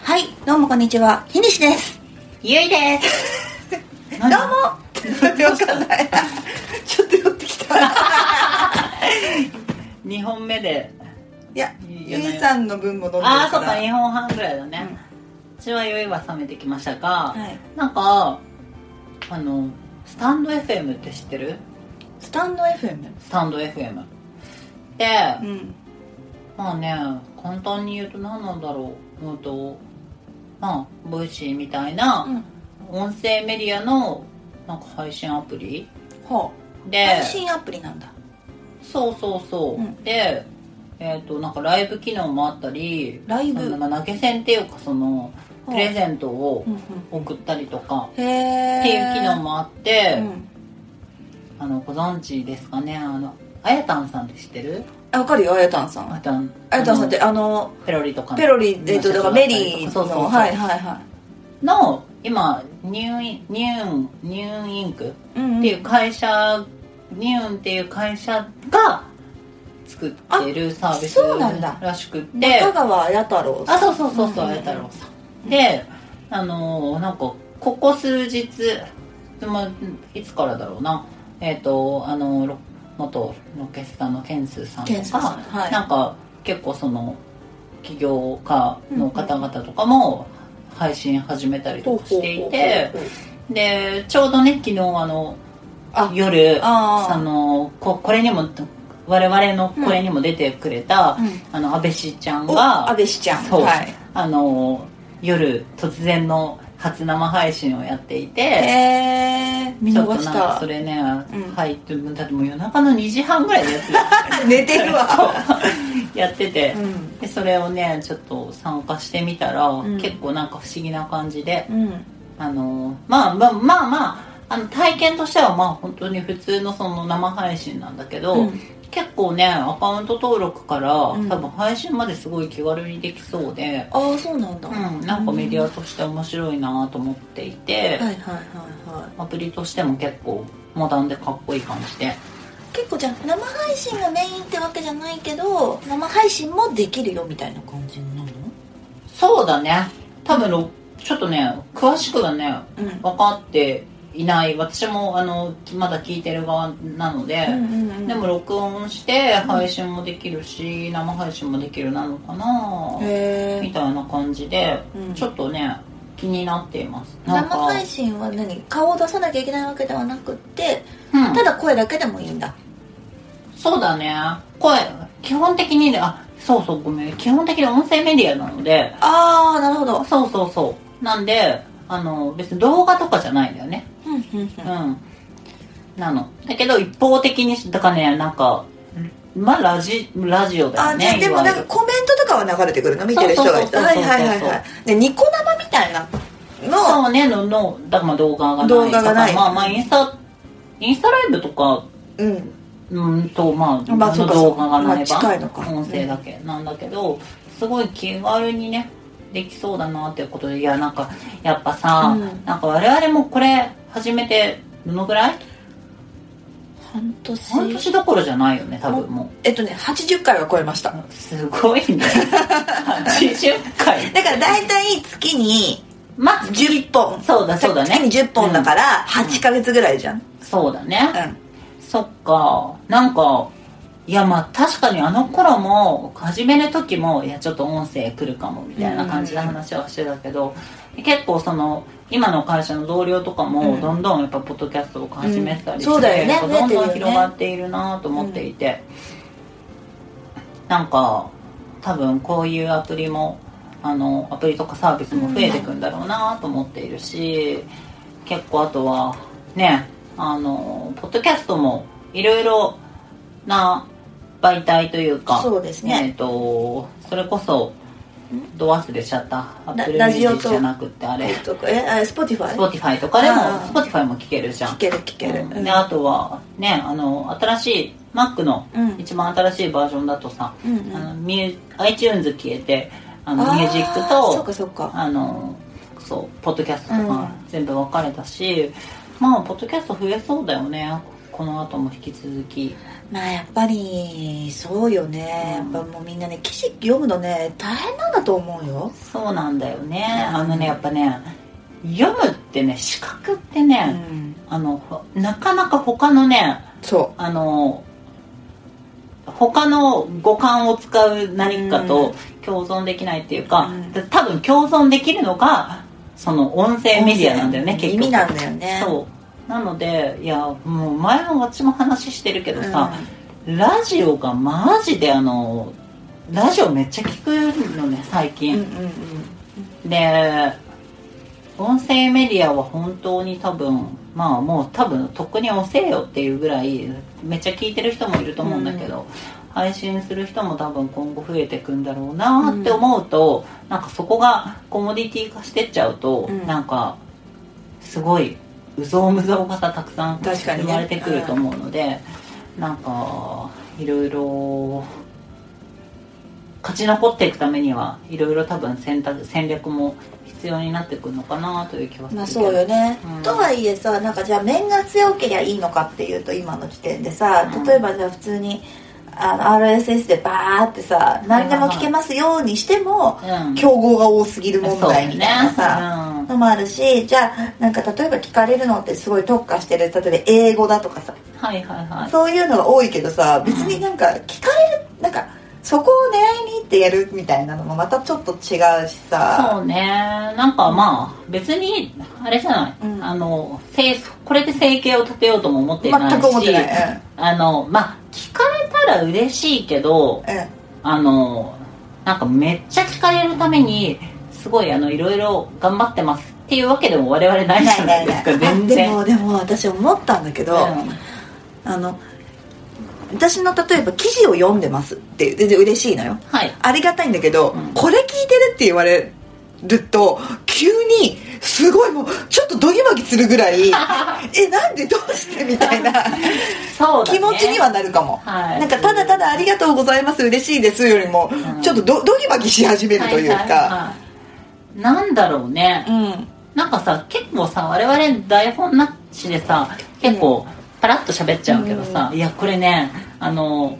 はい、どうもこんにちは。ひにしです。ゆいです。どうも。 よくない。ちょっと寄ってきた。 い二本目で。や、いいゆよねいさんの分も飲んでるから。ああ、そっか、二本半ぐらいだね。うちはゆいは冷めてきましたが、はい。なんか。あの、スタンド FM って知ってる。スタンド FM。スタンド FM。で、うん。まあね、簡単に言うと、何なんだろう、うんと。まあ、ボイシーみたいなうん。音声メディアの。なんか配信アプリ。ほう。で。配信アプリなんだ。そうそうそう、うんでえっ、となんかライブ機能もあったりライブそのなんか投げ銭っていうかそのはあプレゼントをうんうん。送ったりとかへえ。っていう機能もあって、うん。あのご存知ですかねあのあやたんさんって知ってるあ、わかるよ、あやたんさあやん。たんあやたんさんっあて、あの、のペロリとかのペロリ、えっと、だからメリーそうそうその、うはいはいはの今ニューインニューンニューインクっい。うんていう会社、ニューンっていう会社が作ってるサービスあそうなんだらしくって中川弥太郎さんあそうそうそうそううんうんうん綾太郎さんであのーなんかここ数日、まあ、いつからだろうなえっ、とあのーロ元ロケスタのケンスーさんとケンスーか、さんはいなんか結構その起業家の方々とかも配信始めたりとかしていてほうほうほうほうでちょうどね昨日あのあ夜あーそのここれにも我々のこれにも出てくれた、うんあの安倍氏ちゃんおが安倍氏ちゃんそう、はいあの夜突然の初生配信をやっていてへえ見ちょっ逃としなんかたそれね、うんはいだってもう夜中の2時半ぐらいでやって寝て るわて やってて、うんでそれをねちょっと参加してみたら、ん結構なんか不思議な感じで、うんあのまあまあまあまああの体験としてはまあ本当に普通のその生配信なんだけど、うん結構ねアカウント登録から、ん多分配信まですごい気軽にできそうで、ああそうなんだ、うん、なんかメディアとして面白いなと思っていて、はいはいはいはいアプリとしても結構モダンでかっこいい感じで結構じゃあ生配信がメインってわけじゃないけど生配信もできるよみたいな感じになるのそうだね多分ろちょっとね詳しくはねうん分かっていない私もあのまだ聞いてる側なので、うんうんでも録音して配信もできるし、生配信もできるなのかな、へみえたいな感じで、うんちょっとね気になっていますなん生か配信は何顔を出さなきゃいけないわけではなくってうんただ声だけでもいいんだそうだね声基本的にねあそうそうごめん基本的に音声メディアなのでああなるほどそうそうそうなんであの別に動画とかじゃないんだよねうんうんうんうんなのだけど一方的にだからねなんかまあラジラジオだあよじゃあねでもなんかコメントとかは流れてくるの見てる人がいたそうそうそうそうはいはいはいはいでニコ生みたいなのそうねののだからまあ動画がない動画がないだからまあまあインスタインスタライブとかうんうんとまあ、まあそうか動画がなまれあば、近いのか音声だけなんだけど、すごい気軽にねできそうだなっていうことでいやなんかやっぱさ、うんなんか我々もこれ始めてどのぐらい半年半年どころじゃないよね多分もえっとね80回は超えましたうすごい ね80回だから大体月にまあ10本そうだそうだね月に10本だから8ヶ月ぐらいじゃんそうだね、うそっかなんかいやまあ確かにあの頃も始める時もいやちょっと音声来るかもみたいな感じで話はしてたけど、結構その今の会社の同僚とかうもんどんどんやっぱポッドキャストを始めてたりして、うんそうだよねやっぱどん増えてるどよんね広がっているなと思っていて、なんか多分こういうアプリもあのアプリとかサービスも増えていくんだろうなと思っているし、結構あとはねあのポッドキャストもいろいろな媒体というかそうですねえー、とそれこそド忘れしちゃったアップルミュラージジオッとクじゃなくってあんれえっとえスポティファイ Spotify とかでもあー Spotify も聴けるじゃん聞ける聞けるうんうんであとはねあの新しい Mac のうん一番新しいバージョンだとさ、うんうんあのミュー iTunes 消えてあのあーミュージックそうかとそうかあのそうポッドキャストとうんか全部分かれたし、まあポッドキャスト増えそうだよねこの後も引き続きまあやっぱりそうよね、うんやっぱもうみんなね記事読むのね大変なんだと思うよそうなんだよねあのねやっぱね読むってね資格ってね、んあのほなかなか他のねそあの他の五感を使う何かと共存できないっていうか、うんで多分共存できるのがその音う声メディアなんだよね結意局味なんだよねそうなのでいやもう前も私も話してるけどうんさ、ラジオがマジであのラジオめっちゃ聞くのね最うんうん近、うんで音声メディアは本当に多分まあもう多分とっくに押せよっていうぐらいめっちゃ聞いてる人もいると思うんだけど、配信する人も多分今後増えてくんだろうなって思うと、なんかそこがコモディティ化してっちゃうと、うんなんかすごいうぞうむぞうがさたくさん確かにね生まれてくると思うので、なんかいろいろ勝ち残っていくためにはいろいろ多分選択戦略も必要になってくるのかなという気はするまあそうよね、うんとはいえさなんかじゃあ面が強けりゃいいのかっていうと今の時点でさ例えばじゃあ普通にあの RSS でバーってさ何でも聞けますようにしてもうん競合が多すぎる問題みたいなさ、そうねのもあるしじゃあなんか例えば聞かれるのってすごい特化してる例えば英語だとかさうん、はいはいはいそういうのが多いけどさ別になんか聞かれるなんかそこを狙いに行ってやるみたいなのもまたちょっと違うしさそうねなんかまあ別にあれじゃない、うんあのせいこれで生計を立てようとも思ってないし全く思ってない、あのまあ聞かれたら嬉しいけどうんうん、あのなんかめっちゃ聞かれるためにすごいあのいろいろ頑張ってますっていうわけでも我々ないじゃないですか全で然もでも私思ったんだけど、あの私の例えば記事を読んでますって全然嬉しいのよはいありがたいんだけど、うんこれ聞いてるって言われると急にすごいもうちょっとドギマギするぐら いえなんでどうしてみたいなそうだ、ね、気持ちにはなるかも、はいなんかただただありがとうございます嬉しいですよりも、うんちょっとドドギマギし始めるというか、はははいなんだろうね、うんなんかさ結構さ我々台本なしでさ結構パラッと喋っちゃうけどさ、いやこれねあの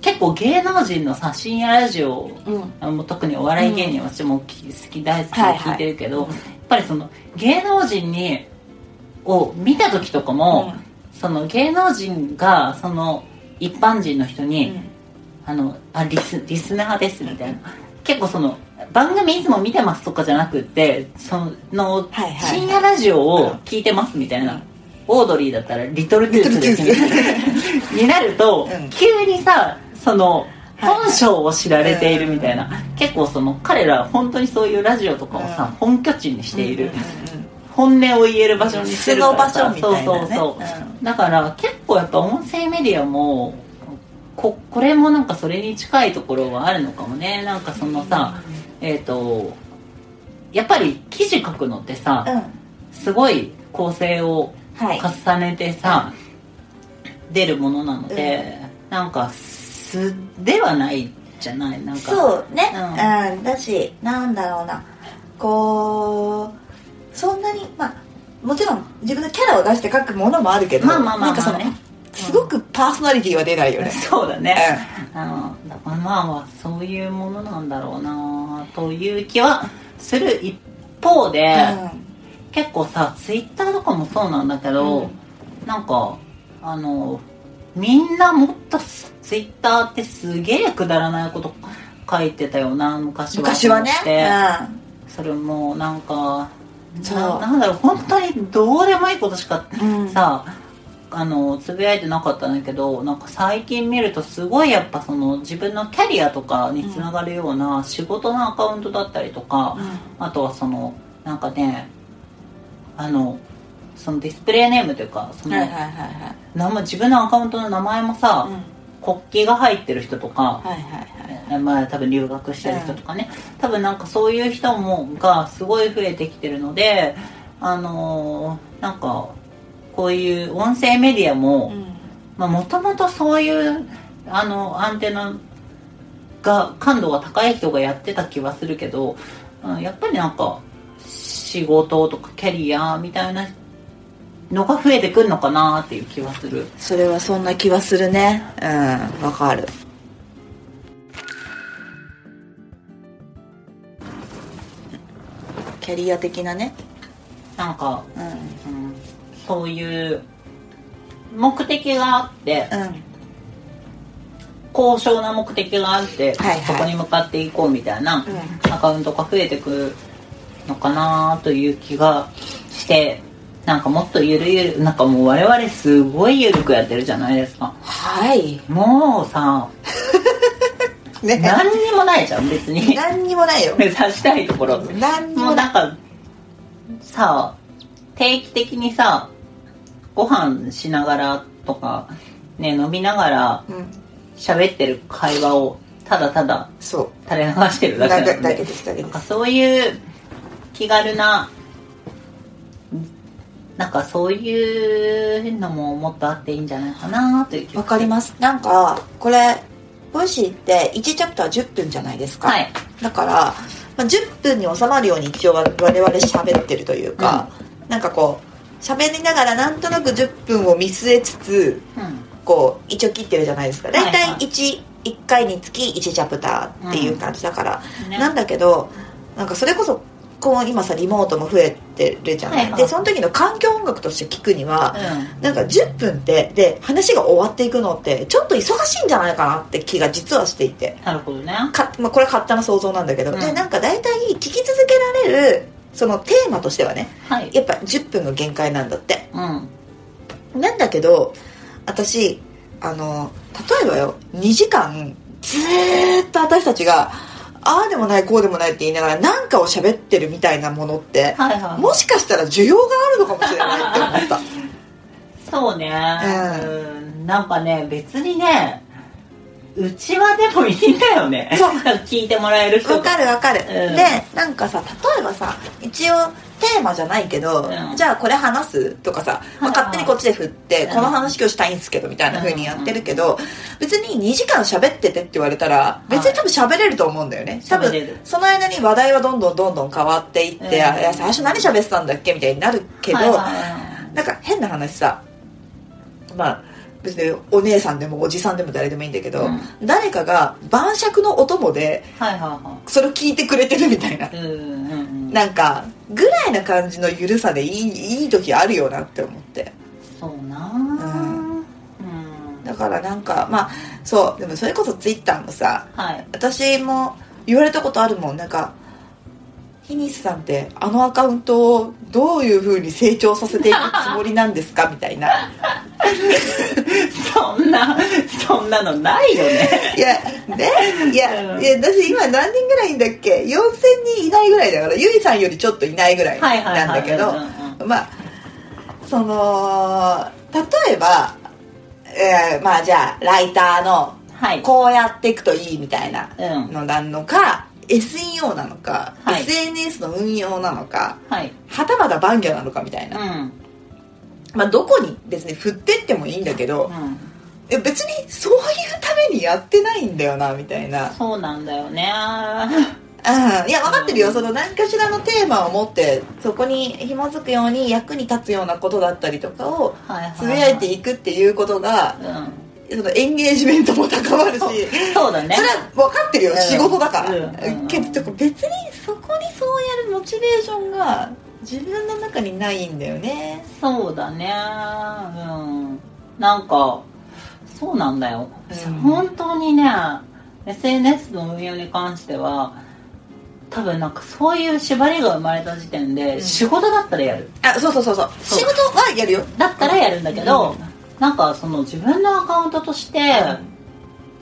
結構芸能人のさ深夜ラジオうんあの特にお笑い芸人は私もき好き大好きではいはい聞いてるけど、やっぱりその芸能人にを見た時とかも、その芸能人がその一般人の人に、あのあリスリスナーですみたいな結構その番組いつも見てますとかじゃなくってその、はいはい深夜ラジオを聞いてますみたいな、うんオードリーだったらリトルトゥースですみたいなになると、うん急にさそのはい本性を知られているみたいな、結構その彼らは本当にそういうラジオとかをさ、うん本拠地にしている、うんうん本音を言える場所にしてるからさ素の場所みたいなねそうそうそう、だから結構やっぱ音声メディアもここれもなんかそれに近いところはあるのかもねなんかそのさ、えっ、とやっぱり記事書くのってさ、うんすごい構成をはい重ねてさ、出るものなので、なんか素ではないじゃないなんかそうね、ううんだしなんだろうなこうそんなにまあもちろん自分のキャラを出して書くものもあるけどまあまあまあまあねなんかそのすごくパーソナリティは出ないよね、そうだね、うんあのだからまあそういうものなんだろうなという気はする一方で、結構さツイッターとかもそうなんだけど、なんかあのみんなもっとツイッターってすげえくだらないこと書いてたよな昔は昔はね、でうそれもなんかそうななんだろう本当にどうでもいいことしかんうんさあのつぶやいてなかったんだけどなんか最近見るとすごいやっぱその自分のキャリアとかにつながるような仕事のアカウントだったりとか、あとはそのなんかねあのそのディスプレイネームというかそうんの、はいはいはいはい名前自分のアカウントの名前もさ、うん国旗が入ってる人とはか、いはいはいまあ、多分留学してる人とかね、多分なんかそういう人もがすごい増えてきてるのであのーなんかこういう音声メディアももともとそういうあのアンテナが感度が高い人がやってた気はするけど、うんやっぱりなんか仕事とかキャリアみたいなのが増えてくんのかなっていう気はするそれはそんな気はするねうんわかるキャリア的なねなんか、うんうん、そういう目的があってうん高尚な目的があって、はいはいそこに向かっていこうみたいな、アカウントが増えてくのかなという気がしてなんかもっとゆるゆるなんかもう我々すごいゆるくやってるじゃないですかはいもうさね何にもないじゃん 別に何にもないよ目指したいところ何にももうなないんかさ定期的にさご飯しながらとかね飲みながらうん喋ってる会話をただただそう垂れ流してるだけだなけのだでけですだけなんでかすそういう気軽ななんかそういうのももっとあっていいんじゃないかなという気がわかりますなんかこれボイシーって1チャプター10分じゃないですか、はいだから、まあ、10分に収まるように一応我々喋ってるというか、なんかこう喋りながらなんとなく10分を見据えつつうんこう一応切ってるじゃないですか大はい体はい1一回につき1チャプターっていう感じだから、ねなんだけどなんかそれこそこう今さリモートも増えてるじゃない、はいはいでその時の環境音楽として聞くには、うなんか10分ってで話が終わっていくのってちょっと忙しいんじゃないかなって気が実はしていてんなるほどねか、まあ、これは勝手な想像なんだけど、うんでなんか大体聞き続けられるそのテーマとしてはねはいやっぱ10分が限界なんだってうんなんだけど私あの例えばよ2時間ずーっと私たちがああでもないこうでもないって言いながら何かを喋ってるみたいなものってはいはいもしかしたら需要があるのかもしれないって思ったそうね、ううん、なんかね別にねうちはでもいいんだよねそう 聞いてもらえる人わかるわかる、うんでなんかさ例えばさ一応テーマじゃないけど、うんじゃあこれ話すとかさ、まあうん勝手にこっちで振って、うんこの話今日したいんですけどみたいな風にやってるけど、別に2時間喋っててって言われたら別に多分喋れると思うんだよね、多喋れる分その間に話題はどんどんどんどん変わっていって、うんいや最初何喋ってたんだっけみたいになるけど、はいはいなんか変な話さまあ別にお姉さんでもおじさんでも誰でもいいんだけど、うん誰かが晩酌のお供ではいはそれを聞いてくれてるみたいないはいうんうんうんなんかぐらいな感じの緩さでいいいい時あるよなって思ってそうなうんうんだからなんかまあそうでもそれこそツイッターもさはい私も言われたことあるもんなんかヒニスさんってあのアカウントをどういうふうに成長させていくつもりなんですかみたいなそんなそんなのないよねいやねいやうんいや私今何人ぐらいいんだっけ4000人いないぐらいだからゆいさんよりちょっといないぐらいはいはいは いなんだけど、うんうんまあその例えば、えーまあじゃあライターのはいこうやっていくといいみたいなうんのなのか SEO なのか、はい SNS の運用なのかはいはたまた番魚なのかみたいうな、んまあ、どこに別に振ってってもいいんだけど、うんいや別にそういうためにやってないんだよなみたいな、うん、そうなんだよねいや分かってるよ、うんその何かしらのテーマを持ってそこに紐づくように役に立つようなことだったりとかをはいはいつぶやいていくっていうことがうんそのエンゲージメントも高まるしそれそうだねは分かってるよ、うん仕事だから、うんけど別にそこにそうやるモチベーションが自分の中にないんだよねそうだねうんなんかそうなんだよ、うん本当にね SNS の運用に関しては多分なんかそういう縛りが生まれた時点で、うん仕事だったらやるあそうそうそうそうそう仕事はやるよだったらやるんだけど、うんなんかその自分のアカウントとして、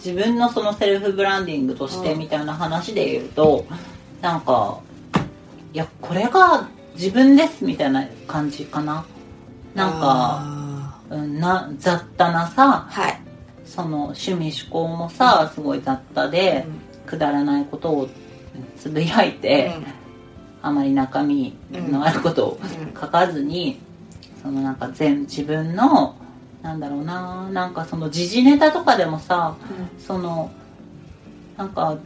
自分のそのセルフブランディングとしてうんみたいな話で言うと、なんかいやこれが自分ですみたいな感じかななんか、あうん、な雑多なさーはいその趣味嗜好もさすごい雑多でくだらないことをつぶやいて、あまり中身のあることをうん書かずにそのなんか全自分のなんだろうななんかその時事ネタとかでもさそのなんか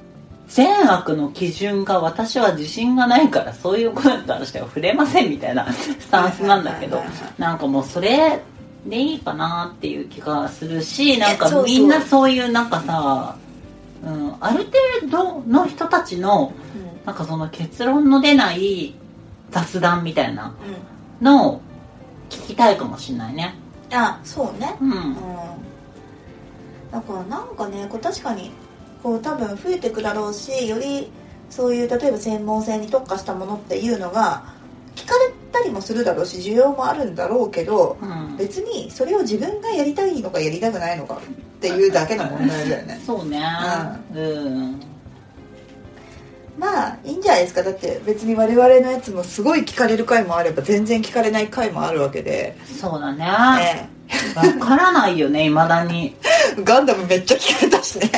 善悪の基準が私は自信がないからそういうことに関しては触れませんみたい なスタンスなんだけどはいはいはいはいなんかもうそれでいいかなっていう気がするしなんかそうそうみんなそういうなんかさ、うん、ある程度の人たちのなんかその結論の出ない雑談みたいなうんのを聞きたいかもしれないね。あそうねううんんだからなんかねこう確かにこう多分増えてくだろうしよりそういう例えば専門性に特化したものっていうのが聞かれたりもするだろうし需要もあるんだろうけどうん別にそれを自分がやりたいのかやりたくないのかっていうだけの問題だよ ねそうねうんまあいいんじゃないですかだって別に我々のやつもすごい聞かれる回もあれば全然聞かれない回もあるわけで、そうだねね、わからないよねいまだにガンダムめっちゃ聞かれたしね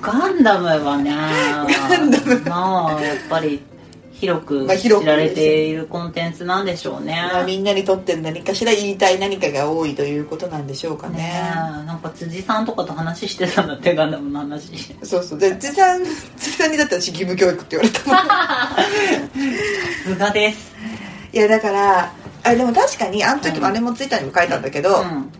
ガンダムはねンダムまあやっぱり広くまあ知広くられているコンテンツなんでしょうねまあみんなにとって何かしら言いたい何かが多いということなんでしょうかねねえなんか辻さんとかと話してたんだってガンダムの話そうそうで辻さん 辻さんにだったら私義務教育って言われたもん さすがですいやだからあでも確かにあの時もあれもツイッターにも書いたんだけど、うん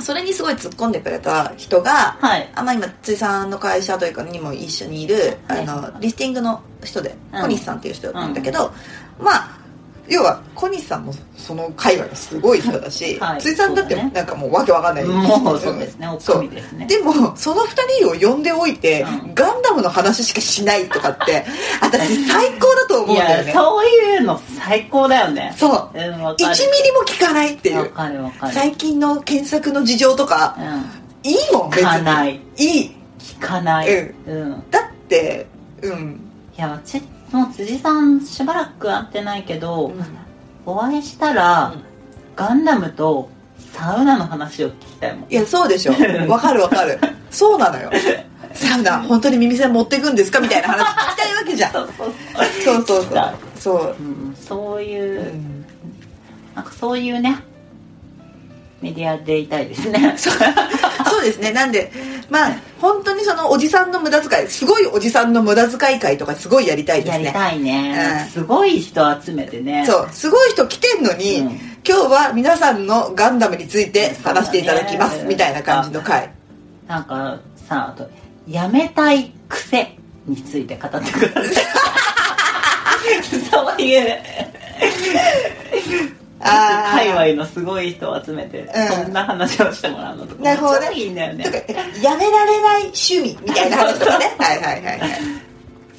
それにすごい突っ込んでくれた人がはいあまあ、今辻さんの会社というかにも一緒にいる、はあいのリスティングの人で、うん小西さんっていう人なんだけど、まあ要は小西さんもその界隈がすごい人だし、はい辻さんだってそうだねなんかもうわけわかんない人ですよねもうそうですねおっそかうみですねでもその2人を呼んでおいて、うんガンダムの話しかしないとかって 私最高だと思ういんだよやねそういうの最高だよねそううんわ1ミかるリも聞かないっていわうかるわかる最近の検索の事情とかういいもんん別聞かにないいい聞かないうんだってうんいやうちもう辻さんしばらく会ってないけど、お会いしたら、うんガンダムとサウナの話を聞きたいもんいやそう でしょわかるわかるそうなのよサウナ本当に耳栓持ってくんですかみたいな話聞きたいわけじゃんそうそそううそう聞きたいそううん、そうそう、ういう、ん、なんかそういうねメディアでいたいですねそう そうですねなんでまあ本当にそのおじさんの無駄遣いすごいおじさんの無駄遣い会とかすごいやりたいで やすりねたいね、うんすごい人集めてねそうすごい人来てんのに、うん今日は皆さんのガンダムについて話していただきまそうだす、ねみたいな感じの回なんかさあとやめたい癖について語ってく ださいそういうあー界隈のすごい人を集めて、うんそんな話をしてもらうのとかなるほどねめっちゃいいんだよねとかやめられない趣味みたいな話と かねはいはいはいはい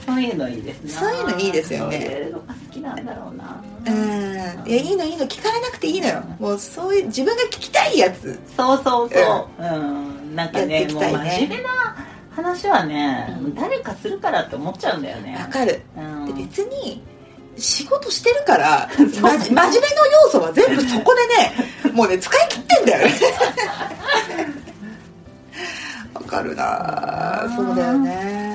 そういうのいいですねそういうのいいですよねそういうのが好きなんだろうなうんいやいいのいいの聞かれなくていいのよもうそういう自分が聞きたいやつそうそうそううんなんかやねっていきもうたいね真面目な話はね、うん誰かするからって思っちゃうんだよねわかるうんで別に仕事してる からまじ真面目うの要素は全部そこ でねもうね使い切ってん だよねわかるなうんそうだよね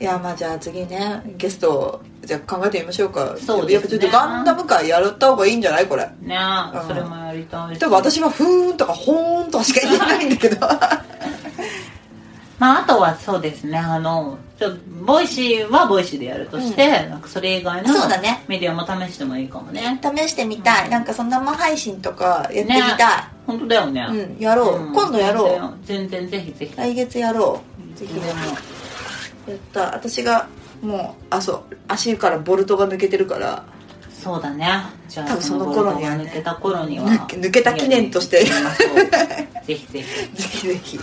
いやまあじゃあ次ねゲストをじゃあ考えてみましょうかそうですねやっぱちょっとガンダム界やった方がいいんじゃないこれねうんそれもやりたいし多分私は「ふーん」とか「ほーん」とかしか言えないんだけどまああとはそうですねあのちょボイシーはボイシーでやるとして、なんかそれ以外のそうだねメディアも試してもいいかもね試してみたいなんかその生配信とかやってみた本当だよね、い、うんやろう、うん今度やろう全然ぜひぜひ来月やろうぜぜひひでもやった私がもうあそう足からボルトが抜けてるから そうだねじゃあ多分その頃にはねそのボルトが抜けた頃には抜け抜けた記念としてやりましょうぜひぜひぜひぜひ